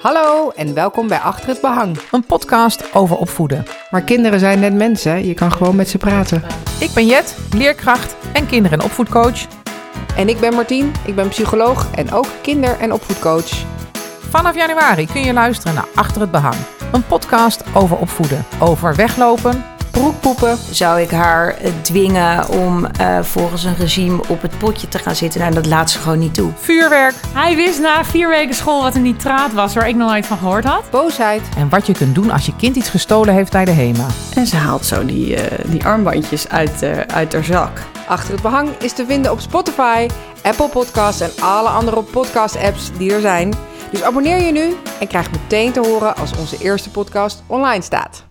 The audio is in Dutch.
Hallo en welkom bij Achter het Behang. Een podcast over opvoeden. Maar kinderen zijn net mensen, je kan gewoon met ze praten. Ik ben Jet, leerkracht en kinder- en opvoedcoach. En ik ben Martien, ik ben psycholoog en ook kinder- en opvoedcoach. Vanaf januari kun je luisteren naar Achter het Behang. Een podcast over opvoeden, over weglopen. Broekpoepen, zou ik haar eh, dwingen om eh, volgens een regime op het potje te gaan zitten. Nou, dat laat ze gewoon niet toe. Vuurwerk Hij wist na vier weken school wat een nitraat was, waar ik nog nooit van gehoord had. boosheid, en wat je kunt doen als je kind iets gestolen heeft bij de HEMA. En ze haalt zo die, eh, die armbandjes uit, eh, uit haar zak. Achter het Behang is te vinden op Spotify, Apple Podcasts en alle andere podcast-apps die er zijn. Dus abonneer je nu en krijg meteen te horen als onze eerste podcast online staat.